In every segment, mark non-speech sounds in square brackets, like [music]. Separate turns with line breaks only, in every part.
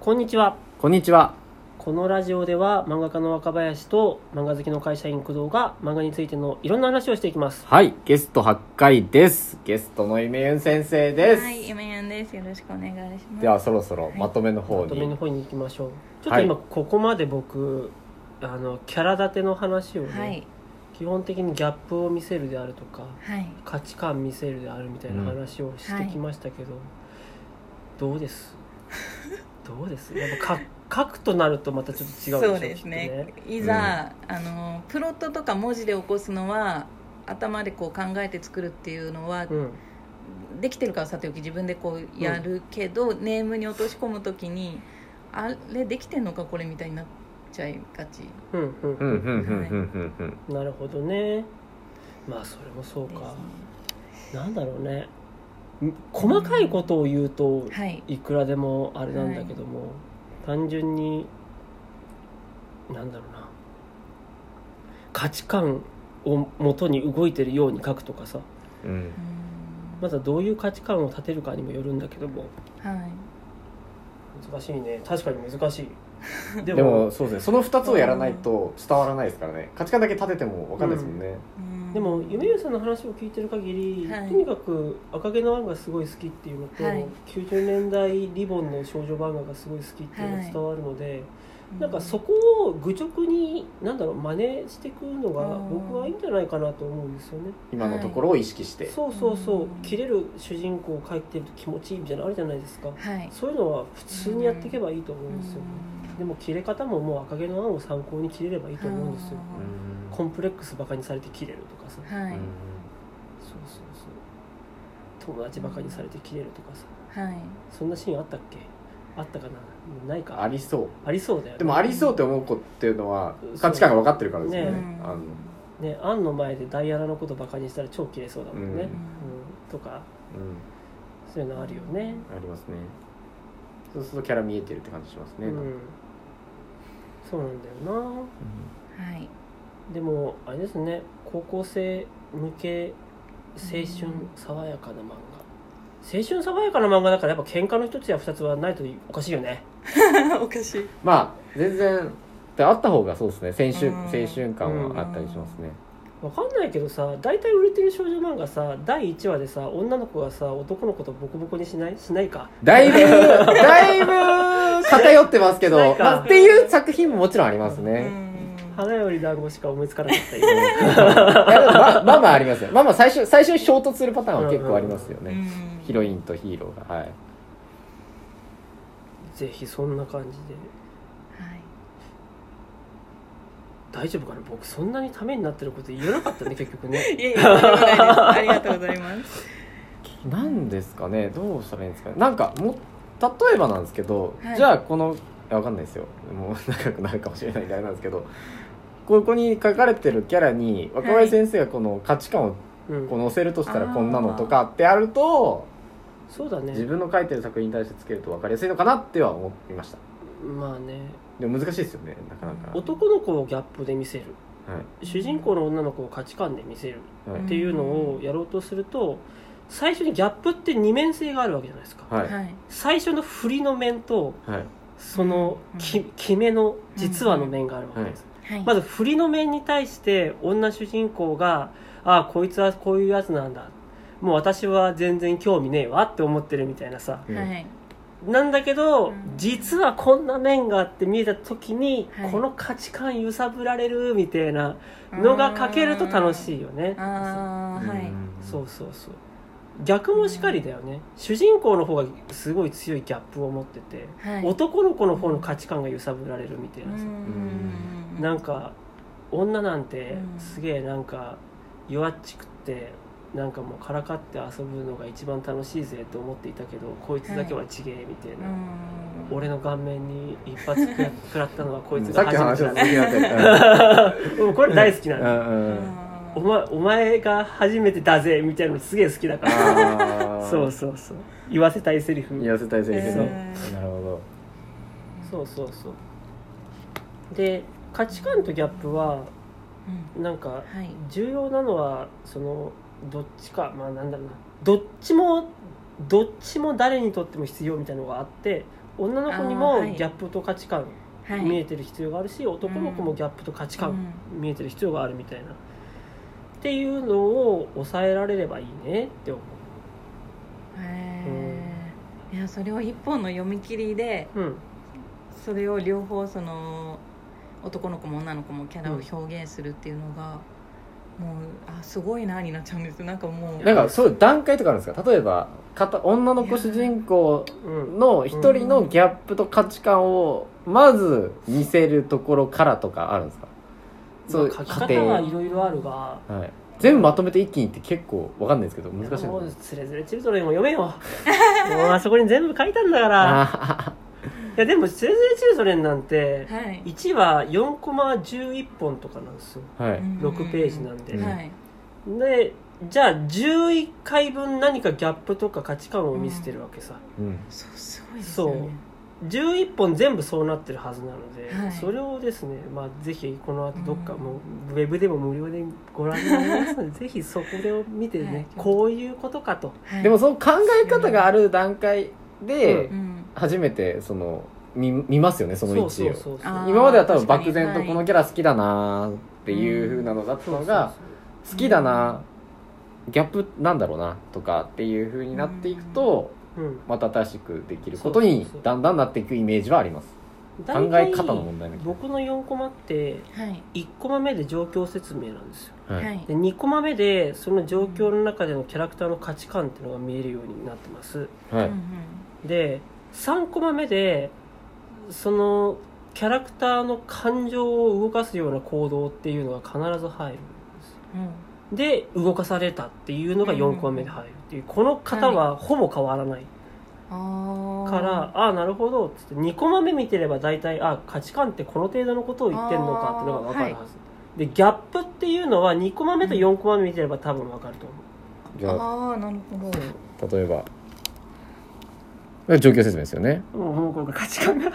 こんにちは
こんにちは。
このラジオでは漫画家の若林と漫画好きの会社員工藤が漫画についてのいろんな話をしていきます
はい、ゲスト8回です。ゲストのイメユン先生です。
はい、今やんです。よろしくお願いします。
では、そろそろまとめの方
まとめの
に。
方に行きましょうちょっと今
は
ここまで僕、あのキャラ立ての話をね、
はい、
基本的にギャップを見せるであるとか
はい。
価値観見せるであるみたいな話をしてきましたけど、どうですどうですやっぱか書くとなるとまたちょっと違うでしょ
そうですね。いざ、あのプロットとか文字で起こすのは頭でこう考えて作るっていうのは、
きっとねうん
できてるからさておき自分でこうやるけど、ネームに落とし込むときにあれできてんのかこれみたいになっちゃいがちで
うんうん
うん、うん、うん、うん、うん、うん。
なるほどねまあそれもそう
すね
か、なんだろうねん細かいことを言うと
はい
いくらでもあれなんだけども、単純になんだろうな価値観を元に動いてるように書くとかさ
うん
う、ん
まずはどういう価値観を立てるかにもよるんだけども
はい
難しいね確かに難しいで
でも、そうですね。その2つをやらないと伝わらないですからね。価値観だけ立ててもわかんないですもんね。
うん
でも夢ゆさんの話を聞いてる限り、
はい
とにかく赤毛の漫画がすごい好きっていうのと、
はい
90年代リボンの少女漫画がすごい好きっていうのが
はい
伝わるので、なんかそこを愚直になんだろう真似してくのが
うん
僕はいいんじゃないかなと思うんですよね。
今のところを意識して。
そうそうそううん切れる主人公を描いてると気持ちいいみたいなのあるじゃないですか。
はい、
そういうのは普通にやっていけばいいと思うんですよ、
うん
でも切れ方ももう赤毛の案を参考に切れればいいと思うんですよ、
う
うん
ん
コンプレックスバカにされて切れるとかさ、
はい、
そうそうそう友達バカにされて切れるとかさ
はい
そんなシーンあったっけあったかなないか
ありそう。
ありそうだよね
でも、ありそうって思う子っていうのは
そう、
価値観が分かってるからですよね。
ね
あの、
ねアンの前でダイアナのことバカにしたら超切れそうだもんね、う
う
んんとか
う
そういうのあるよね
ん、ありますね。そうするとキャラ見えてるって感じします
う
ね。うん
んそうなんだよな
はい
でもあれですね高校生向け青春
うん
爽やかな漫画青春爽やかな漫画だからやっぱ喧嘩の一つや二つはないとおかしいよね
[laughs] おかしい
まあ全然であった方がそうですね青春
うん
青春感はあったりしますね、
わかんないけどさ大体売れてる少女漫画さ第1話でさ女の子がさ男の子とボコボコにしないしないか
だいぶだいぶ偏ってますけど、
なんか
まあ、っていう作品ももちろんありますね、
花より団子しか思いつかなかったよ [laughs]
いやでもままあまあありますよまあまあ最初最初に衝突するパターンは結構ありますよね、
うん
ヒロインとヒーローがはい
ぜひそんな感じで
はい
大丈夫かな僕そんなにためになってること言えなか
[laughs]
ったね結局ね
いえいえとんでもないですありがとうございます
なんですかねどうしたらいいんですかねなんかもう例えばなんですけど、
はい
じゃあこのいやわかんないですよもう長くなるかもしれないんであれなんですけどここに書かれてるキャラに若林先生がこの価値観を
うん
こう載せるとしたら
あー
こんなのとかってあると
そうだ
自
ね
分の書いてる作品に対してつけると分かりやすいのかなっては思いました
まあね
でも難しいですよねなかなか、
男の子をギャップで見せる
はい
主人公の女の子を価値観で見せる
はい
っていうのをやろうとすると最初にギャップって二面性があるわけじゃないですか、
はい
はい
最初の振りの面と
はい
そのき決めの実話の面があるわけです、
はい
まず振りの面に対して女主人公が「ああこいつはこういうやつなんだ」もう私は全然興味ねえわって思ってるみたいなさ
うん
はい
なんだけど、
うん
実はこんな面があって見えた時に、
はい
この価値観揺さぶられるみたいなのが書けると楽しいよね
ああは
う
い
ん
そうそうそう逆もしかりだよね主人公の方がすごい強いギャップを持ってて、
はい
男の子の方の価値観が揺さぶられるみたいなさ、なんか女なんて
うん
すげえなんか弱っちくってなんかもうからかって遊ぶのが一番楽しいぜと思っていたけどこいつだけはちげえみたいな、俺の顔面に一発くら食らったのはこいつ
さ
が
っきの話
初
の
めて
続きになって
だうんこれ大好きな
う
の、
んうんうん
お前お前が初めてだぜみたいなのすげえ好きだから
あー
そうそうそう言わせたいセリフ
痩せたい先生
え
ね
ー
なるほ
そうそうそうで価値観とギャップはなんか
はい
重要なのはそのどっちかまあなんだろうなどっちもどっちも誰にとっても必要みたいなのがあって女の子に
あー
も
はい
ギャップと価値観
はい
見えてる必要があるし、男の子もギャップと価値観見えてる必要があるみたいな、っていうのを抑えられればいいねって思
うんへーいやそれを一本の読み切りで
う、うん、
それを両方その男の子も女の子もキャラを表現するっていうのが、もうあすごいなになっちゃうんですなんかもう
なんかそういう段階とかあるんですか例えば片女の子主人公
うん、
の一人のギャップと価値観をまず見せるところからとかあるんですかそう
まあ書き
家
方
庭
はいろいろあるが
はい、全部まとめて一気にって結構わかんないですけど難しい
も
の
うつれづれチルドレンも読めよもうあそこに全部書いたんだから
あ
いやでもつれづれチルドレンなんて
はい
1は4コマ11本とかなんですよ
ーは
う
い
ん
6ページなんで、
うん
はい
でじゃあ11回分何かギャップとか価値観を見せてるわけさ、
うん
そうすごいですよね
11本全部そうなってるはずなので、
はい
それをですね、まあ、ぜひこの後どっかもうウェブでも無料でご覧になりますのでぜひそこを見てね、
はい
こういうことかと
はい
でもその考え方がある段階で
うん
初めてその見見ますよねその位置
そうそ
を
うそうそう
あー
今までは多分
確かに
漠然とこのキャラ好きだなーっていう風なのだったのが好きだなギャップなんだろうなとかっていう風になっていくと
そうそうそううん
また新しくできることに
そうそうそう
だんだんなっていくイメージはあります考
大
え
体
方の問題な気が
僕の4コマって
はい
1コマ目で状況説明なんですよ
は
はいい
で2コマ目でその状況の中でのキャラクターの価値観っていうのが見えるようになってます
は
う
い
ん
で3コマ目でそのキャラクターの感情を動かすような行動っていうのが必ず入る
うんうん
で動かされたっていうのが4コマ目で入るっていうこの方はほぼ変わらない
あー
から、ああなるほどっつって2コマ目見てれば大体あ価値観ってこの程度のことを言ってるのかっていうのが分かるはず、でギャップっていうのは2コマ目と4コマ目見てれば多分分かると思う、
じゃあ
ああなるほど
例えば状況説明ですよね
もうもうこれ価値 [laughs] 観が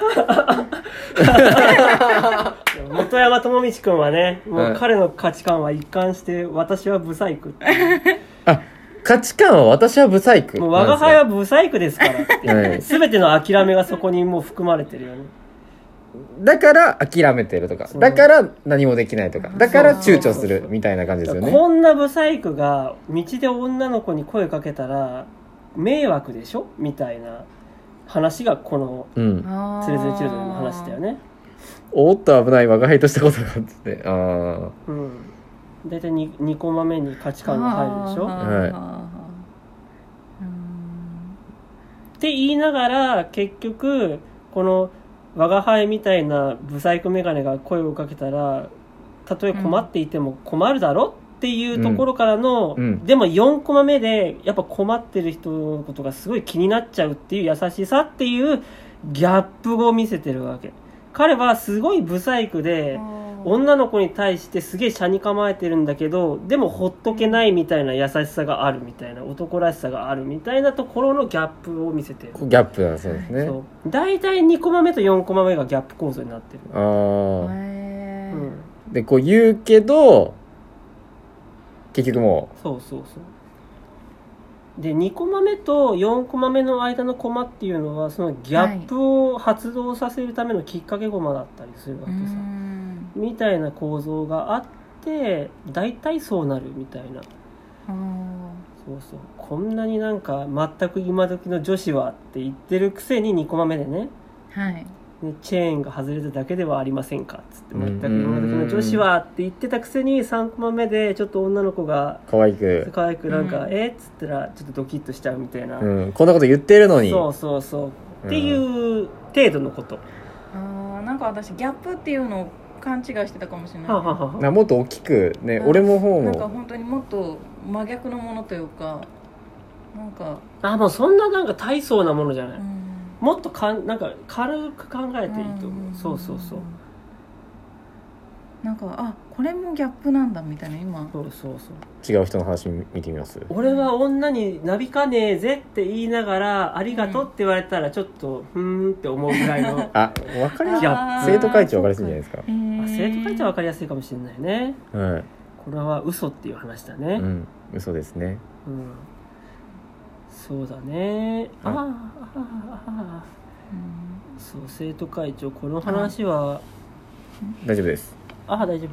元山智道君はねもう彼の価値観は一貫して私はブサイクって
価値観は私はブサイク
もう我が輩
なん
はブサイクですからっ
ですよはい
て全ての諦めがそこにもう含まれてるよね
だから諦めてるとか
そう
だから何もできないとかだから躊躇す
そうそう
る
そう
みたいな感じですよね
こんなブサイクが道で女の子に声かけたら迷惑でしょみたいな話がこの
うん
「
あ
つれづれチルドレン」の話だよね
おっと危ない我が輩としたことがあってあ
うん大体 2, 2コマ目に価値観が入るでしょ
はい
いうん
って言いながら結局この我輩みたいなブサイクメガネが声をかけたらたとえ困っていても困るだろっていうところからの、
うんうん
でも4コマ目でやっぱ困ってる人のことがすごい気になっちゃうっていう優しさっていうギャップを見せてるわけ彼はすごいブサイクで女の子に対してすげえ車に構えてるんだけどでもほっとけないみたいな優しさがあるみたいな男らしさがあるみたいなところのギャップを見せてる
あギャップなんそうですね
そう大体2コマ目と4コマ目がギャップ構造になってる、
ああ
へー
うん、
でこう言うけど結局も
そうそうそうで2コマ目と4コマ目の間のコマっていうのはそのギャップを発動させるためのきっかけコマだったりするわ
う
けさ、
ん
みたいな構造があって大体そうなるみたいな
あー
そうそうこんなになんか全く今時の女子はって言ってるくせに2コマ目でね
はい
ねチェーンが外れただけではありませんかっつって
う
全
ん
く今時の女子はって言ってたくせに3コマ目でちょっと女の子が
う可愛く、
可愛くなんか「
うん
えっ?」つったらちょっとドキッとしちゃうみたいな、
うん、こんなこと言ってるのに
そう
は
そうそうっていう程度のこと、
あーなんか私ギャップっていうのを勘違いしてたかもしれない
はあはあはあ
なもっと大きくね
うん
俺も方
なんか
も
本当にもっと真逆のものというかなんか、
あもうそんななんか大層なものじゃな
う
い、
ん、
もっとかんなんか軽く考えていいと思う、
ん
そうそうそう
なんかあこれもギャップなんだみたいな今
そうそうそう
違う人の話見てみます
俺は女になびかねえぜって言いながら「ありがとう」って言われたらちょっと「ふーん」って思うぐらいのあ
あ分かりやす
い
い
や
生徒会長分かりやすいんじゃないですか
生徒会長は分かり
り
やすいかもしれないね
は
これは嘘っていう話だ
い
ね
うん嘘ですね
うん、そうだねあ
あ
あああああそう生徒会長この話は、
大丈夫です
あ大丈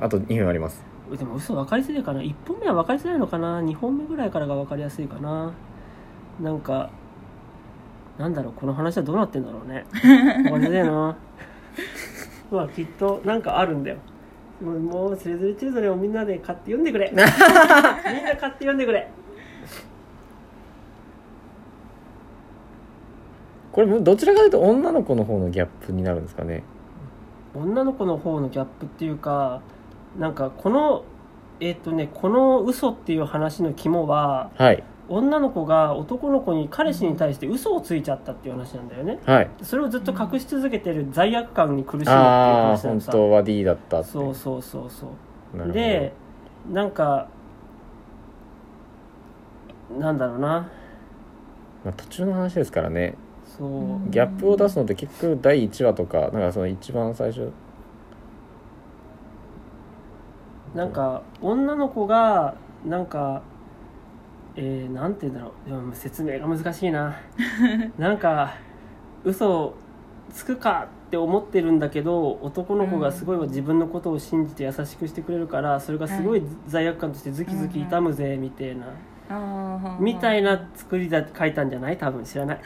あと2分あります
夫でも嘘分かりづらいかな1本目は分かりづらいのかな2本目ぐらいからが分かりやすいかななんかなんだろうこの話はどうなってんだろうね分かりづらいな [laughs] まあきっとなんかあるんだよもうもう「つれづれチルドレン」をみんなで買って読んでくれみんな買って読んでくれ
これどちらかというと女の子の方のギャップになるんですかね
女の子の方のギャップっていうかなんかこのえっ、とねこの嘘っていう話の肝は
はい
女の子が男の子に彼氏に対して嘘をついちゃったっていう話なんだよね
はい
それをずっと隠し続けてる罪悪感に苦しむっていう
ああ
話な
本
のさ
当は D だったって
そうそうそうそう
なるほど
でなんかなんだろうな
まあ、途中の話ですからね
そう、
うん
ギャップを出すのって結局第1話とかなんかその一番最初
なんか女の子がなんかえー、なんて言うんだろうでも説明が難しいななんか嘘をつくかって思ってるんだけど男の子がすごい自分のことを信じて優しくしてくれるからそれがすごい罪悪感としてズキズキ痛むぜみたいな、みたいな作りだって書いたんじゃない多分知らない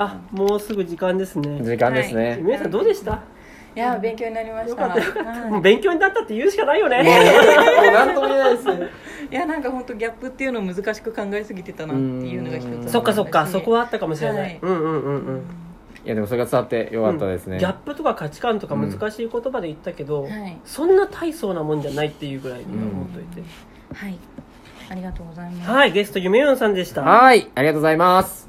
あもうすぐ時間ですね
時間ですね、
はい
皆さんどうでした
いや勉強になりまし
よ
た
かったよかった、も
は
う勉強になったって言うしかないよね
もう何とも言えないですね
いいやなんか本当ギャップっていうのを難しく考えすぎてたなっていうのが一つありま
うん
すし
そっかそっかそこはあったかもしれない、
はい
うんうんうんう
うんん
いやでもそれが伝わってよかったですね、
ギャップとか価値観とか難しい言葉で言ったけど、
はい
そんな大層なもんじゃないっていうぐらいには思っといて、
はいありがとうございます
はいゲストゆめゆんさんでした
はいありがとうございます